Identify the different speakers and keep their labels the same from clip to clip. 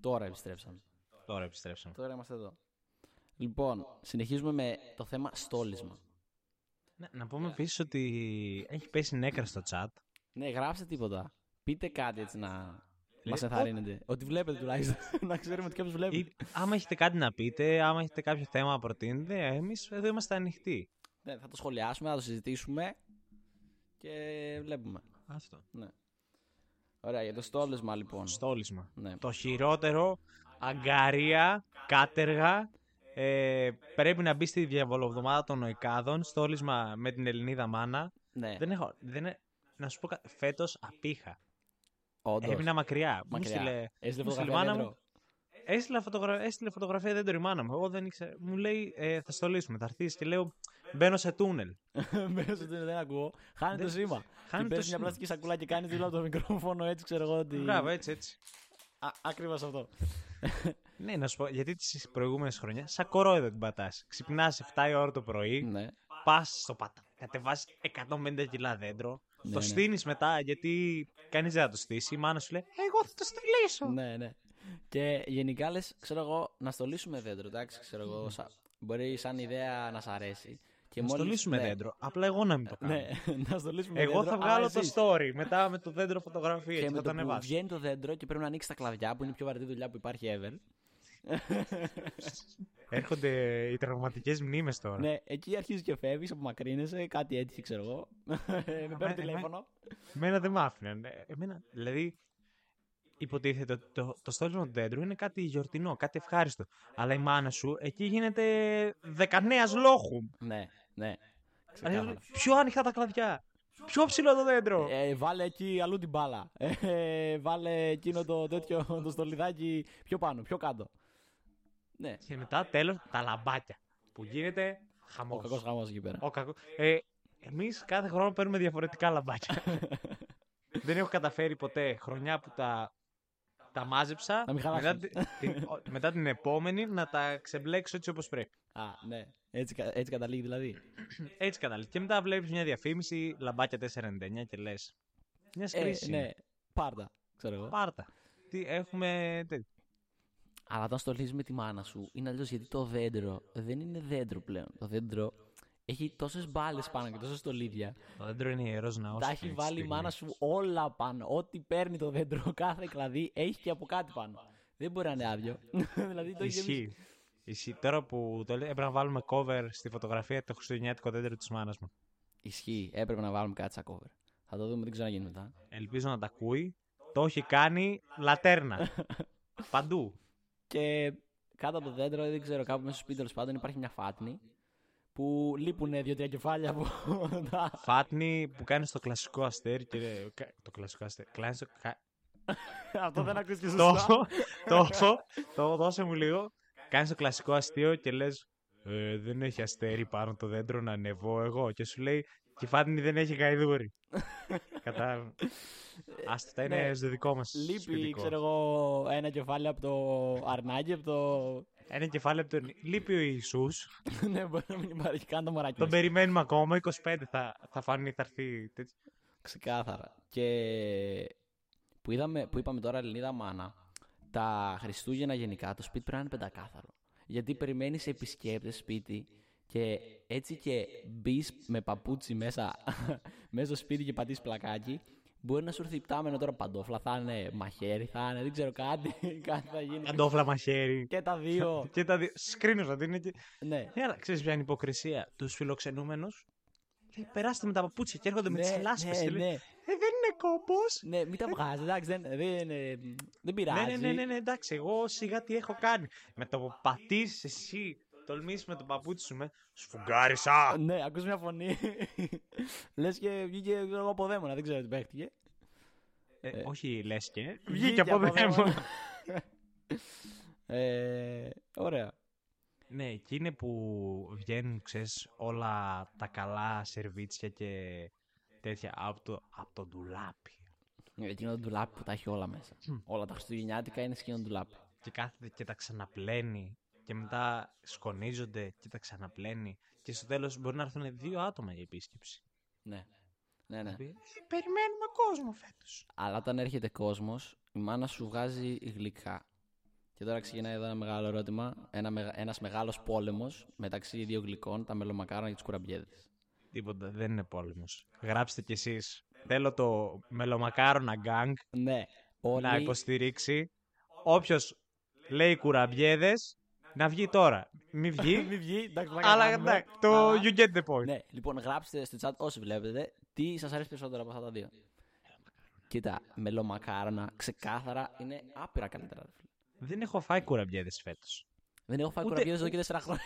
Speaker 1: Τώρα επιστρέψαμε.
Speaker 2: Τώρα επιστρέψαμε.
Speaker 1: Τώρα είμαστε εδώ. Λοιπόν, συνεχίζουμε με το θέμα στόλισμα.
Speaker 2: Να, να πούμε επίσης ότι έχει πέσει νέκρα στο chat.
Speaker 1: Ναι, γράψτε τίποτα. Πείτε κάτι έτσι να μα ενθαρρύνετε. Ε, Ότι βλέπετε τουλάχιστον. να ξέρουμε ότι κάποιος βλέπει.
Speaker 2: Ή, άμα έχετε κάτι να πείτε, άμα έχετε κάποιο θέμα να προτείνετε, εμείς εδώ είμαστε ανοιχτοί.
Speaker 1: Ναι, θα το σχολιάσουμε, θα το συζητήσουμε και βλέπουμε.
Speaker 2: Αυτό.
Speaker 1: Ναι. Ωραία, για το στόλισμα λοιπόν.
Speaker 2: Στόλισμα.
Speaker 1: Ναι.
Speaker 2: Το χειρότερο, αγκαρία, κάτεργα. Ε, πρέπει να μπει στη διαβολοβδομάδα των Νοικάδων. Στόλισμα με την Ελληνίδα Μάνα.
Speaker 1: Ναι,
Speaker 2: Δεν έχω. Δεν, ε- να σου πω κάτι. Φέτος απήχα.
Speaker 1: όντως.
Speaker 2: Έμεινα μακριά. Μου
Speaker 1: Μακριά.
Speaker 2: στείλε.
Speaker 1: Έστειλε
Speaker 2: μου στείλε
Speaker 1: φωτογραφία
Speaker 2: μάνα
Speaker 1: δέντρο.
Speaker 2: μου. Έστειλα, φωτογρα... έστειλε φωτογραφία δεν το μάνα μου. Εγώ δεν ήξερα. Μου λέει ε, θα στολίσουμε. Θα έρθεις και λέω μπαίνω σε τούνελ.
Speaker 1: Μέσα στο δεν ακούω. Χάνει το
Speaker 2: Δεν-
Speaker 1: σήμα. Την
Speaker 2: Χάνει
Speaker 1: παίρνει
Speaker 2: το
Speaker 1: μια
Speaker 2: σύμπαν.
Speaker 1: πλαστική σακούλα και κάνεις δίπλα από το μικρόφωνο έτσι, ξέρω εγώ. Ότι...
Speaker 2: Μπράβο, έτσι, έτσι.
Speaker 1: Ακριβώς αυτό.
Speaker 2: Ναι, να σου πω, γιατί τις προηγούμενες χρονιά σαν κορόιδο την πατάς. Ξυπνάς 7 η ώρα το πρωί,
Speaker 1: ναι.
Speaker 2: πας στο πατά. Κατεβάζει 150 κιλά δέντρο.
Speaker 1: Ναι,
Speaker 2: το
Speaker 1: ναι.
Speaker 2: στείνεις μετά γιατί κανείς δεν θα το στήσει. Η μάνα σου λέει: Εγώ θα το στολίσω.
Speaker 1: ναι, ναι. Και γενικά λες, ξέρω εγώ, να στολίσουμε δέντρο. Εντάξει, ξέρω εγώ. σα- Μπορεί σαν ιδέα να σ' αρέσει. Και
Speaker 2: Να
Speaker 1: μόλις-
Speaker 2: στολίσουμε
Speaker 1: ναι.
Speaker 2: δέντρο. Απλά εγώ να μην το κάνω.
Speaker 1: Ναι, να στολίσουμε
Speaker 2: Εγώ
Speaker 1: δέντρο.
Speaker 2: θα
Speaker 1: αλλά
Speaker 2: βγάλω το
Speaker 1: εσείς.
Speaker 2: story μετά με το δέντρο φωτογραφία και,
Speaker 1: Και με
Speaker 2: θα το
Speaker 1: το που
Speaker 2: ανεβάσω.
Speaker 1: βγαίνει το δέντρο και πρέπει να ανοίξει τα κλαδιά που είναι η πιο βαρετή δουλειά που υπάρχει ever.
Speaker 2: Έρχονται οι τραυματικές μνήμες τώρα.
Speaker 1: ναι, εκεί αρχίζεις και φεύγεις, απομακρύνεσαι, κάτι έτυχε, ξέρω εγώ. με παίρνει
Speaker 2: εμέ-
Speaker 1: τηλέφωνο.
Speaker 2: Εμένα δεν μ' άφηναν. Ε, Εμένα, δηλαδή, υποτίθεται ότι το, το στόλισμα του δέντρου είναι κάτι γιορτινό, κάτι ευχάριστο. Αλλά η μάνα σου εκεί γίνεται δεκανέας λόγου.
Speaker 1: ναι, ναι.
Speaker 2: Δηλαδή,
Speaker 1: Ξεκάθαρα.
Speaker 2: πιο άνοιχτα τα κλαδιά. Πιο ψηλό το δέντρο.
Speaker 1: Ε, βάλε εκεί αλλού την μπάλα. Ε, βάλε εκείνο το τέτοιο το στολιδάκι πιο πάνω, πιο κάτω. Ναι,
Speaker 2: Και μετά τέλος τα λαμπάκια. Που γίνεται
Speaker 1: ο
Speaker 2: χαμό.
Speaker 1: κακός χαμός εκεί πέρα.
Speaker 2: Ο κακός. Ε, Εμείς κάθε χρόνο παίρνουμε διαφορετικά λαμπάκια. Δεν έχω καταφέρει ποτέ χρονιά που τα, τα μάζεψα.
Speaker 1: Να μην
Speaker 2: μετά,
Speaker 1: χαλάσουν.
Speaker 2: τη- την, ο- μετά την επόμενη να τα ξεμπλέξω έτσι όπως πρέπει.
Speaker 1: Α, ναι. Έτσι, κα- έτσι καταλήγει δηλαδή.
Speaker 2: Έτσι κατάλαβε. Και μετά βλέπεις μια διαφήμιση λαμπάκια 4,99 και λες. Μιας
Speaker 1: Ε,
Speaker 2: κρίση.
Speaker 1: ναι, πάρτα, ξέρω εγώ.
Speaker 2: Πάρτα. Τι έχουμε. τέτοιο.
Speaker 1: Αλλά όταν στολίζει με τη μάνα σου, είναι αλλιώς γιατί το δέντρο δεν είναι δέντρο πλέον. Το δέντρο έχει τόσες μπάλες πάνω και τόσα στολίδια.
Speaker 2: Το δέντρο είναι ε, ιερός ναός.
Speaker 1: Τα έχει βάλει η μάνα σου όλα πάνω. Ό,τι παίρνει το δέντρο, κάθε κλαδί έχει και από κάτι πάνω. Δεν μπορεί να είναι άδειο. δηλαδή το έχει γεμίσει.
Speaker 2: Ισχύει. Ισχύει. Τώρα που το λέει, έπρεπε να βάλουμε cover στη φωτογραφία το χριστουγεννιάτικο δέντρο της μάνας μου.
Speaker 1: Ισχύει. Έπρεπε να βάλουμε κάτι σαν cover. Θα το δούμε, δεν ξέρω να γίνει μετά.
Speaker 2: Ελπίζω να τα ακούει. Το έχει κάνει λατέρνα. Παντού.
Speaker 1: Και κάτω από το δέντρο, δεν ξέρω, κάπου μέσα στο σπίτι τέλο πάντων υπάρχει μια φάτνη που λείπουν δύο-τρία κεφάλια από τα.
Speaker 2: Φάτνη που κάνεις το κλασικό αστέρι και. κα- Το κλασικό αστέρι. Κλάνεις το. κα-
Speaker 1: Αυτό δεν ακούστηκε και
Speaker 2: Το.
Speaker 1: σωστά.
Speaker 2: Το. Το. Δώσε μου λίγο. Κάνεις το κλασικό αστείο και λες. δεν έχει αστέρι πάνω το δέντρο να ανεβώ εγώ. Και σου λέει. Και η Φάτνη δεν έχει γαϊδούρι. Κατάλαβα. Άστα, τα είναι
Speaker 1: Ναι.
Speaker 2: στο δικό μας.
Speaker 1: Λείπει, ξέρω εγώ, ένα κεφάλι από το αρνάκι, από το.
Speaker 2: Ένα κεφάλαιο από τον. Λείπει ο Ιησούς.
Speaker 1: ναι, μπορεί να μην υπάρχει καν το μωράκι.
Speaker 2: Τον
Speaker 1: μας.
Speaker 2: περιμένουμε ακόμα. 25 θα, θα φανεί, θα έρθει. τέτοιο.
Speaker 1: Ξεκάθαρα. Και που, είδαμε, που είπαμε τώρα Ελληνίδα Μάνα, τα Χριστούγεννα γενικά το σπίτι πρέπει να είναι πεντακάθαρο. Γιατί περιμένεις επισκέπτες σπίτι και έτσι και μπεις με παπούτσι μέσα, μέσα στο σπίτι και πατήσεις πλακάκι. Μπορεί να σου έρθει πτάμενο τώρα παντόφλα, θα είναι μαχαίρι, θα είναι δεν ξέρω κάτι, κάτι θα γίνει.
Speaker 2: Αντόφλα μαχαίρι.
Speaker 1: και τα δύο.
Speaker 2: και τα δύο. Σκρίνωσα την είναι και.
Speaker 1: ναι.
Speaker 2: Ναι, αλλά ξέρεις ποια είναι η υποκρισία. Τους φιλοξενούμενους. Λέει, περάστε με τα παπούτσια και έρχονται με
Speaker 1: ναι,
Speaker 2: τι λάσπε.
Speaker 1: ναι, ναι, ναι,
Speaker 2: Ε, δεν είναι κόμπος.
Speaker 1: μην τα βγάζεις, εντάξει, δεν, δεν, ε, δεν πειράζει.
Speaker 2: Ναι, ναι, ναι, ναι, ναι, εντάξει, εγώ σιγά τι έχω κάνει. Με το που πατήσεις εσύ, τολμήσεις με το παπούτσι σου με. Σφουγγάρισα!
Speaker 1: Ναι, ακούς μια φωνή. Λες και βγήκε ξέρω εγώ, από δαίμονα, δεν ξέρω τι παίχτηκε.
Speaker 2: Ε, όχι, λες και.
Speaker 1: βγήκε
Speaker 2: Βγήκε από
Speaker 1: από εδώ.
Speaker 2: εδώ.
Speaker 1: Ε, ωραία.
Speaker 2: Ναι, εκεί είναι που βγαίνουν, ξέρεις, όλα τα καλά σερβίτσια και τέτοια από το, από το ντουλάπι.
Speaker 1: Εκείνο το ντουλάπι που τα έχει όλα μέσα. Όλα τα Χριστουγεννιάτικα είναι σε εκείνο το ντουλάπι.
Speaker 2: Και κάθεται και τα ξαναπλένει και μετά σκονίζονται και τα ξαναπλένει και στο τέλος μπορεί να έρθουν δύο άτομα για επίσκεψη.
Speaker 1: Ναι. Ναι, ναι.
Speaker 2: Ε, Περιμένουμε κόσμο φέτος.
Speaker 1: Αλλά όταν έρχεται κόσμος, η μάνα σου βγάζει γλυκά. Και τώρα ξεκινάει εδώ ένα μεγάλο ερώτημα. Ένα, μεγα- ένας μεγάλος πόλεμος μεταξύ δύο γλυκών, τα μελομακάρονα και τις κουραμπιέδες.
Speaker 2: Τίποτα, δεν είναι πόλεμος. Γράψτε κι εσείς. Θέλω το μελομακάρονα γκάγκ
Speaker 1: Ναι, όλοι...
Speaker 2: να υποστηρίξει. Όποιος λέει κουραμπιέδε, να βγει τώρα. Μη βγει.
Speaker 1: Μην βγει, εντάξει, θα
Speaker 2: αλλά
Speaker 1: καταλάβουμε.
Speaker 2: εντάξει, το
Speaker 1: Αλλά-
Speaker 2: you get the point.
Speaker 1: Ναι, λοιπόν, γράψτε στο chat όσοι βλέπετε τι σας αρέσει περισσότερο από αυτά τα δύο. Κοίτα, μελομακάρονα ξεκάθαρα είναι άπειρα καλύτερα. ρε φίλε.
Speaker 2: Δεν έχω φάει κουραμπιέδε φέτος.
Speaker 1: Δεν έχω φάει
Speaker 2: Ούτε-
Speaker 1: κουραμπιέδε εδώ και 4 χρόνια.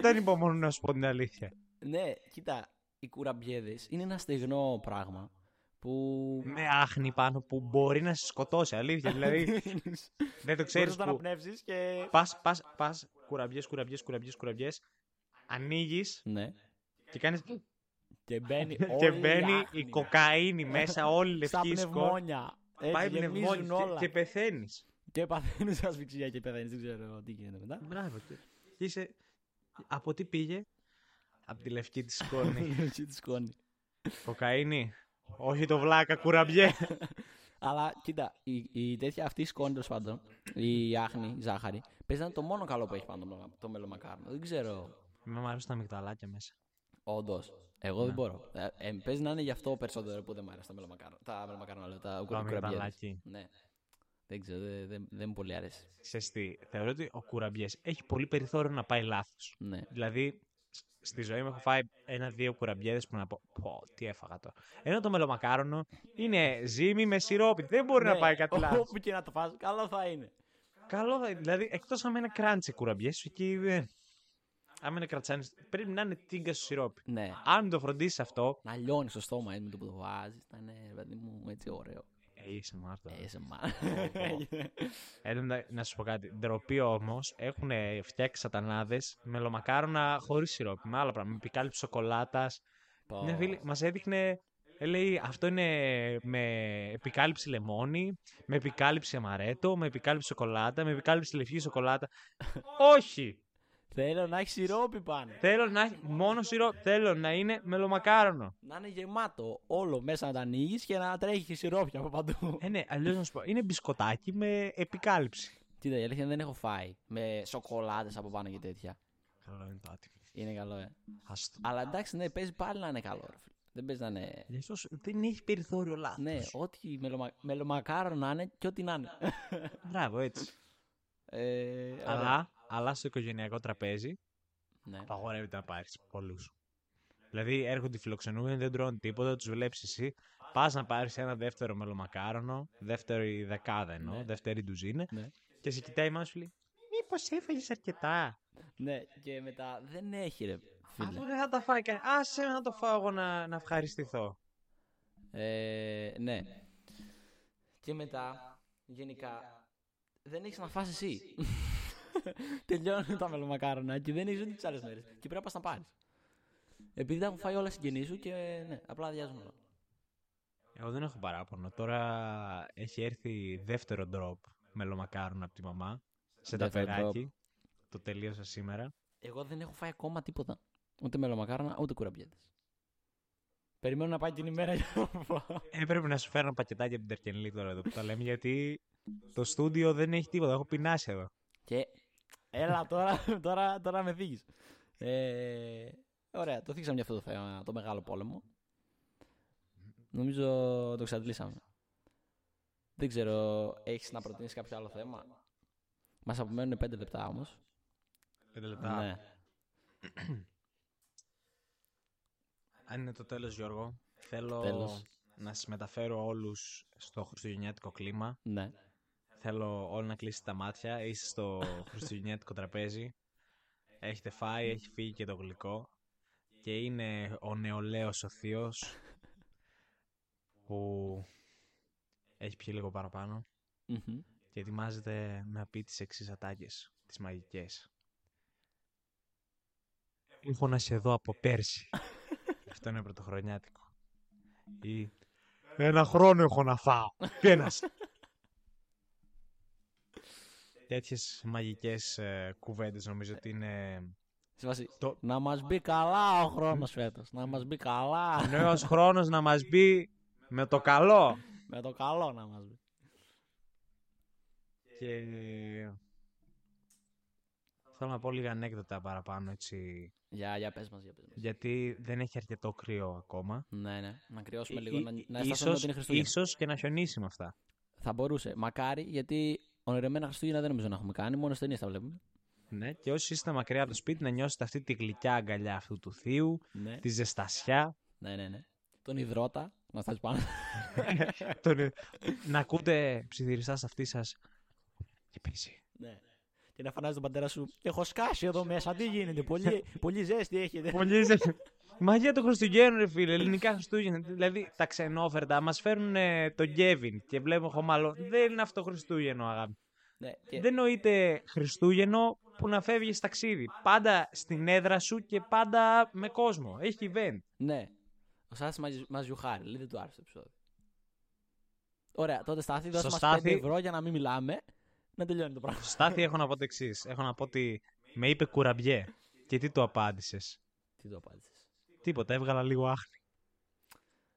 Speaker 2: Δεν υπομονώ να σου πω την αλήθεια.
Speaker 1: ναι, κοίτα, οι κουραμπιέδε είναι ένα στεγνό πράγμα που.
Speaker 2: Με άχνη πάνω που μπορεί να σε σκοτώσει. Αλήθεια. Δηλαδή δεν το
Speaker 1: Ξέρεις
Speaker 2: ξέρει.
Speaker 1: να
Speaker 2: που...
Speaker 1: αναπνεύσεις και.
Speaker 2: Πας, πας, πας, κουραμπιές, κουραμπιές, κουραμπιές, κουραμπιές, ανοίγεις
Speaker 1: Ναι.
Speaker 2: και κάνεις
Speaker 1: Και μπαίνει,
Speaker 2: και
Speaker 1: όλη
Speaker 2: μπαίνει η
Speaker 1: άχνη.
Speaker 2: κοκαίνη μέσα, όλη η
Speaker 1: Στα
Speaker 2: λευκή σκόνη.
Speaker 1: πνευμόνια. Έτσι,
Speaker 2: Πάει
Speaker 1: γεμίζουν
Speaker 2: πνευμόνια και,
Speaker 1: όλα.
Speaker 2: και
Speaker 1: Και,
Speaker 2: πεθαίνεις.
Speaker 1: παθαίνεις ασφυξία και πεθαίνεις. Δεν ξέρω τι γίνεται μετά.
Speaker 2: Μπράβο. Και και είσαι... Από τι πήγε? Από τη λευκή της σκόνη.
Speaker 1: Και τη σκόνη.
Speaker 2: κοκαίνη. Όχι το βλάκα, κουραμπιέ.
Speaker 1: Αλλά κοίτα, η, η τέτοια αυτή η σκόνη τέλος πάντων, η άχνη, η ζάχαρη, παίζει να είναι το μόνο καλό που έχει πάνω το, μελο- το μελομακάρονο. Δεν ξέρω.
Speaker 2: Με μ' αρέσουν τα μυγδαλάκια μέσα.
Speaker 1: Όντως. Εγώ
Speaker 2: Ναι.
Speaker 1: δεν μπορώ. Ε, ε, παίζει να είναι γι' αυτό περισσότερο που δεν μου αρέσει τα μελομακάρονο. Τα μελομακάρονο, λέω, τα
Speaker 2: Το
Speaker 1: κουραμπιέδες.
Speaker 2: αμυγδαλάκι.
Speaker 1: Ναι. Δεν ξέρω, δεν δεν- δεν μου πολύ αρέσει.
Speaker 2: Ξέρεις τι, θεωρώ ότι ο κουραμπιές έχει πολύ περιθώριο να πάει λάθος.
Speaker 1: Ναι.
Speaker 2: Δηλαδή, σ- στη ζωή μου έχω φάει ένα-δύο κουραμπιέδε που να πω. Πω, τι έφαγα τώρα. Ενώ το μελομακάρονο είναι ζύμη με σιρόπι. Δεν μπορεί να
Speaker 1: Ναι,
Speaker 2: πάει κάτι λάθος.
Speaker 1: Όπου και να το φας, καλό θα είναι.
Speaker 2: Καλό θα είναι. Δηλαδή, εκτός αν είναι κράντσι κουραμπιέ, εκεί δεν. Αν είναι κρατσάνι, πρέπει να είναι τίγκα στο σιρόπι.
Speaker 1: Ναι.
Speaker 2: Αν το φροντίσεις αυτό.
Speaker 1: Να λιώνεις στο στόμα έτσι με το που το βάζει. Θα είναι, ρε παιδί μου, έτσι ωραίο.
Speaker 2: Ε, είσαι μάρτυρας.
Speaker 1: Ε, σε μα.
Speaker 2: Έλα να- να σου πω κάτι. Ντροπή όμως έχουν φτιάξει σατανάδες μελομακάρονα χωρίς σιρόπι. Με άλλα πράγματα. Με πικάλιψη σοκολάτα. Ναι, φίλε, μας έδειχνε. ε, Λέει, αυτό είναι με επικάλυψη λεμόνι, με επικάλυψη αμαρέτο, με επικάλυψη σοκολάτα, με επικάλυψη λευκή σοκολάτα. Όχι!
Speaker 1: Θέλω να έχει σιρόπι πάνω.
Speaker 2: Θέλω να έχει μόνο σιρό, θέλω να είναι μελομακάρονο.
Speaker 1: Να είναι γεμάτο όλο μέσα να τα ανοίγεις και να τρέχει σιρόπια από παντού.
Speaker 2: Ε, ναι, αλλιώς να σου πω. Είναι μπισκοτάκι με επικάλυψη.
Speaker 1: Κοίτα, η αλήθεια είναι δεν έχω φάει με σοκολάτες από πάνω και τέτοια.
Speaker 2: Καλό είναι το άτιμο.
Speaker 1: Είναι καλό, ε.
Speaker 2: Άστο.
Speaker 1: Αλλά εντάξει, ναι, παίζει πάλι να είναι καλό. Ρε. φίλε. Δεν παίζει να είναι.
Speaker 2: Γι' αυτό σου- δεν έχει περιθώριο λάθος.
Speaker 1: Ναι, ό,τι μελομα... μελομακάρο να είναι και ό,τι να είναι.
Speaker 2: Μπράβο, έτσι.
Speaker 1: Ε, ωραία.
Speaker 2: αλλά, αλλά στο οικογενειακό τραπέζι
Speaker 1: Ναι.
Speaker 2: απαγορεύεται να πάρεις πολλούς. Δηλαδή έρχονται οι φιλοξενούμενοι, δεν τρώνε τίποτα, τους βλέπεις εσύ. Πας να πάρεις ένα δεύτερο μελομακάρονο, δεύτερη δεκάδα εννοώ,
Speaker 1: Ναι.
Speaker 2: δεύτερη ντουζίνα,
Speaker 1: Ναι.
Speaker 2: και σε κοιτάει η μάνα σου λέει Μήπως έφαγες αρκετά.
Speaker 1: ναι, και μετά δεν έχει, ρε. Φίλε.
Speaker 2: Αφού δεν θα τα φάει κανεί. Άσε με να το φάω εγώ να, να ευχαριστηθώ.
Speaker 1: Ε, ναι. Και μετά, γενικά, δεν έχεις να φας εσύ. Τελειώνουν τα μελομακάρονα και δεν έχει ούτε τις άλλες μέρες. Και πρέπει να πας να πάρεις. Επειδή τα έχουν φάει όλα συγγενείς σου και ναι, απλά αδειάζουν όλα.
Speaker 2: Εγώ δεν έχω παράπονο. Τώρα έχει έρθει δεύτερο ντροπ μελομακάρονο από τη μαμά σε
Speaker 1: Δεύτερο
Speaker 2: ταπεράκι. Το τελείωσα σήμερα.
Speaker 1: Εγώ δεν έχω φάει ακόμα τίποτα. Ούτε μελομακάρονα, ούτε κουραμπιέτες. Περιμένω να πάει την ημέρα για να φάω.
Speaker 2: Ε, πρέπει να σου φέρω ένα πακετάκι από την Τερκενλή τώρα εδώ που τα λέμε, γιατί το στούντιο δεν έχει τίποτα. Έχω πεινάσει εδώ.
Speaker 1: Και έλα τώρα, τώρα, τώρα με θίγεις. Ε, ωραία, το θίξαμε για αυτό το θέμα, το μεγάλο πόλεμο. Νομίζω το εξαντλήσαμε. Δεν ξέρω, έχεις να προτείνεις κάποιο άλλο θέμα. Μας απομένουν 5 λεπτά όμως.
Speaker 2: Πέντε λεπτά.
Speaker 1: Ναι.
Speaker 2: Αν είναι το τέλος, Γιώργο, θέλω
Speaker 1: Τέλος.
Speaker 2: να σας μεταφέρω όλους στο χριστουγεννιάτικο κλίμα.
Speaker 1: ναι.
Speaker 2: Θέλω όλοι να κλείσετε τα μάτια. Είστε στο χριστουγεννιάτικο τραπέζι. Έχετε φάει, έχει φύγει και το γλυκό. Και είναι ο νεολαίος ο θείος που έχει πιει λίγο παραπάνω.
Speaker 1: Μμμ.
Speaker 2: και ετοιμάζεται να πει τις εξής ατάκες, τις μαγικές. Έχω να σε δω από πέρσι. Αυτό είναι πρωτοχρονιάτικο. Ή... Ένα χρόνο έχω να φάω. Ένας. Τέτοιες μαγικές ε, κουβέντες νομίζω ότι είναι...
Speaker 1: Σε βάση,
Speaker 2: Το-
Speaker 1: να μας μπει καλά ο χρόνος φέτος. Να μας μπει καλά.
Speaker 2: Νέος χρόνος να μας μπει με το καλό.
Speaker 1: με το καλό να μας μπει.
Speaker 2: Και θέλω να πω λίγα ανέκδοτα παραπάνω έτσι.
Speaker 1: Για, για πες μας, για πες μας.
Speaker 2: Γιατί δεν έχει αρκετό κρύο ακόμα.
Speaker 1: Ναι, ναι. Να κρυώσουμε λίγο,
Speaker 2: Ή-
Speaker 1: να,
Speaker 2: ή-
Speaker 1: να αισθανθούμε ότι είναι
Speaker 2: ίσως-
Speaker 1: Χριστούγεννα.
Speaker 2: ίσως και να χιονίσει με αυτά.
Speaker 1: Θα μπορούσε. Μακάρι, γιατί ονειρεμένα Χριστούγεννα δεν νομίζω να έχουμε κάνει. Μόνο ταινίε τα βλέπουμε.
Speaker 2: Ναι, και όσοι είστε μακριά από το σπίτι να νιώσετε αυτή τη γλυκιά αγκαλιά αυτού του θείου,
Speaker 1: Ναι.
Speaker 2: τη ζεστασιά,
Speaker 1: Ναι, ναι, ναι. Τον υδρότα, να φτάσει πάνω.
Speaker 2: τον- να ακούτε ψιθυριστάς σε αυτής σας και πέσει.
Speaker 1: ναι. Και να φανάζει τον πατέρα σου. Έχω σκάσει εδώ μέσα. Τι γίνεται. Πολύ, πολύ ζέστη έχετε.
Speaker 2: Πολύ ζε- Μαγεία των Χριστουγέννων, ρε φίλε. Ελληνικά Χριστούγεννα. Δηλαδή τα ξενόφερτα μας φέρνουν τον Γκέβιν και βλέπω χωμάλο. Δεν είναι αυτό Χριστούγεννο, αγάπη.
Speaker 1: ναι, και...
Speaker 2: Δεν νοείται Χριστούγεννο που να φεύγεις ταξίδι. Πάντα στην έδρα σου και πάντα με κόσμο. Έχει event.
Speaker 1: ναι. Ο Στάθης μας- μας ζουχάρει. Λέει δεν του άρεσε το επεισόδιο. Ωραία, τότε Στάθη, δώσε
Speaker 2: Στο
Speaker 1: μας 5
Speaker 2: Στάθη-
Speaker 1: ευρώ για να μην μιλάμε. Να τελειώνει το πράγμα.
Speaker 2: Στάθη, έχω να πω το εξής. Έχω να πω ότι με είπε κουραμπιέ. Και τι του απάντησες.
Speaker 1: Τι το απάντησες.
Speaker 2: Τίποτα, έβγαλα λίγο άχνη.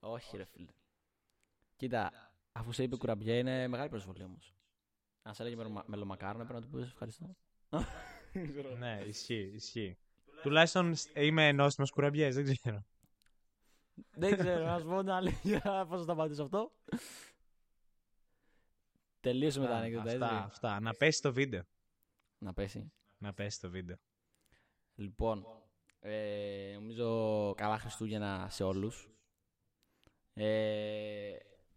Speaker 1: Όχι, ρε φίλε. Κοίτα, αφού σε είπε κουραμπιέ, είναι μεγάλη προσβολή όμως. Αν σε έλεγε μελομα- μελομακάρονο, πρέπει να του πεις ευχαριστώ.
Speaker 2: ναι, ισχύει, ισχύει. Τουλάχιστον είμαι ενώσιμος κουραμπιές, δεν ξέρω.
Speaker 1: Δεν ξέρω, να σου πω την αλήθεια, πώς θα σταματήσω αυτό. Τελείωσε με τα
Speaker 2: Α,
Speaker 1: ανέκδοτα,
Speaker 2: αυτά,
Speaker 1: έτσι.
Speaker 2: αυτά. Να πέσει το βίντεο.
Speaker 1: Να πέσει.
Speaker 2: Να πέσει το βίντεο.
Speaker 1: Λοιπόν, ε, νομίζω καλά Χριστούγεννα σε όλους. Ε,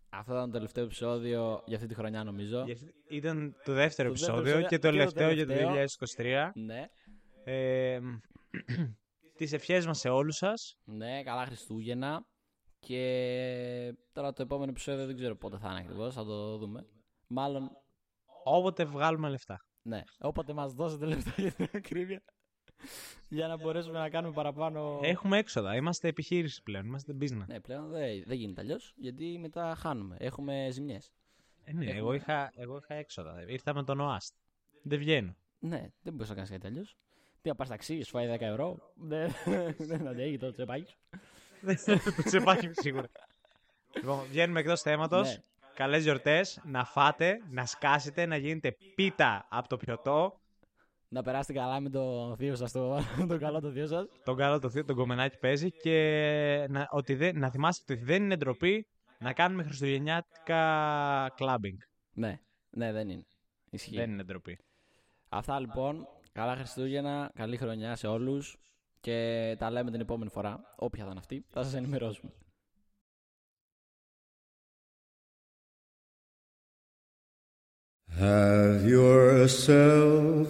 Speaker 1: αυτό ήταν το τελευταίο επεισόδιο για αυτή τη χρονιά, νομίζω.
Speaker 2: Γι' αυτό- Ήταν
Speaker 1: Το
Speaker 2: το δεύτερο
Speaker 1: δεύτερο
Speaker 2: επεισόδιο και το
Speaker 1: και το
Speaker 2: τελευταίο για το
Speaker 1: τελευταίο.
Speaker 2: 2023.
Speaker 1: Ναι,
Speaker 2: Ε, τις ευχές μας σε όλους σας.
Speaker 1: ναι, καλά Χριστούγεννα. Και τώρα το επόμενο επεισόδιο δεν ξέρω πότε θα είναι ακριβώς, θα το δούμε. Μάλλον,
Speaker 2: Όποτε βγάλουμε λεφτά.
Speaker 1: ναι, όποτε μας δώσετε λεφτά για την ακρίβεια, για να μπορέσουμε να κάνουμε παραπάνω...
Speaker 2: Έχουμε έξοδα. Είμαστε επιχείρηση πλέον. Είμαστε business.
Speaker 1: Ναι, πλέον δεν, δεν γίνεται αλλιώς, γιατί μετά χάνουμε. Έχουμε ζημιές.
Speaker 2: Ε, ναι, εγώ
Speaker 1: Έχουμε.
Speaker 2: είχα, εγώ είχα έξοδα. Ήρθα με τον ΟΑΣΤ. Δεν βγαίνω.
Speaker 1: Ναι, δεν μπορεί να κάνεις κάτι αλλιώς. Τι να πα ταξί, σου φάει 10 ευρώ. Δεν, δεν αντέχει το τσεπάκι. σου.
Speaker 2: το τσεπάκι μου σίγουρα. λοιπόν, βγαίνουμε εκτός θέματος.
Speaker 1: Ναι.
Speaker 2: Καλές γιορτές. Να φάτε, να σκάσετε, να γίνετε πίτα από το πιωτό.
Speaker 1: Να περάσετε καλά με το θείο σας, το, το καλό το θείο σας.
Speaker 2: τον καλό το θείο, τον κομμενάκι παίζει και να, ότι δεν, να θυμάστε ότι δεν είναι ντροπή να κάνουμε χριστουγεννιάτικα κλαμπινγκ.
Speaker 1: Ναι, ναι, δεν είναι. Ισχύει.
Speaker 2: Δεν είναι ντροπή.
Speaker 1: Αυτά λοιπόν. Καλά Χριστούγεννα, καλή χρονιά σε όλους. Και τα λέμε την επόμενη φορά. Όποια θα είναι αυτή, θα σας ενημερώσουμε.
Speaker 3: Have yourself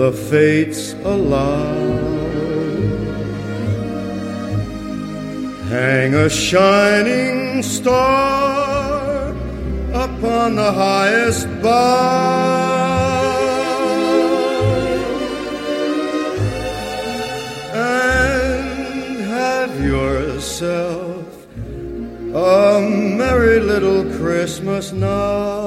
Speaker 3: the fates allow, hang a shining star upon the highest bough and have yourself a merry little Christmas now.